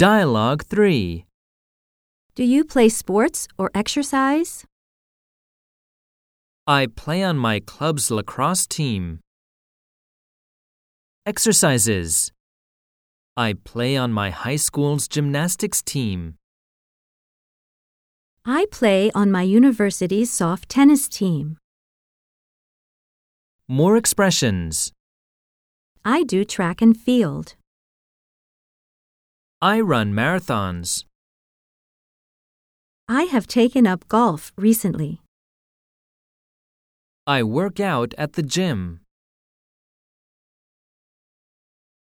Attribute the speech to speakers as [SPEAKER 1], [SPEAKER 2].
[SPEAKER 1] Dialogue 3.
[SPEAKER 2] Do you play sports or exercise?
[SPEAKER 1] I play on my club's lacrosse team. Exercises. I play on my high school's gymnastics team.
[SPEAKER 2] I play on my university's soft tennis team.
[SPEAKER 1] More expressions.
[SPEAKER 2] I do track and field.
[SPEAKER 1] I run marathons.
[SPEAKER 2] I have taken up golf recently.
[SPEAKER 1] I work out at the gym.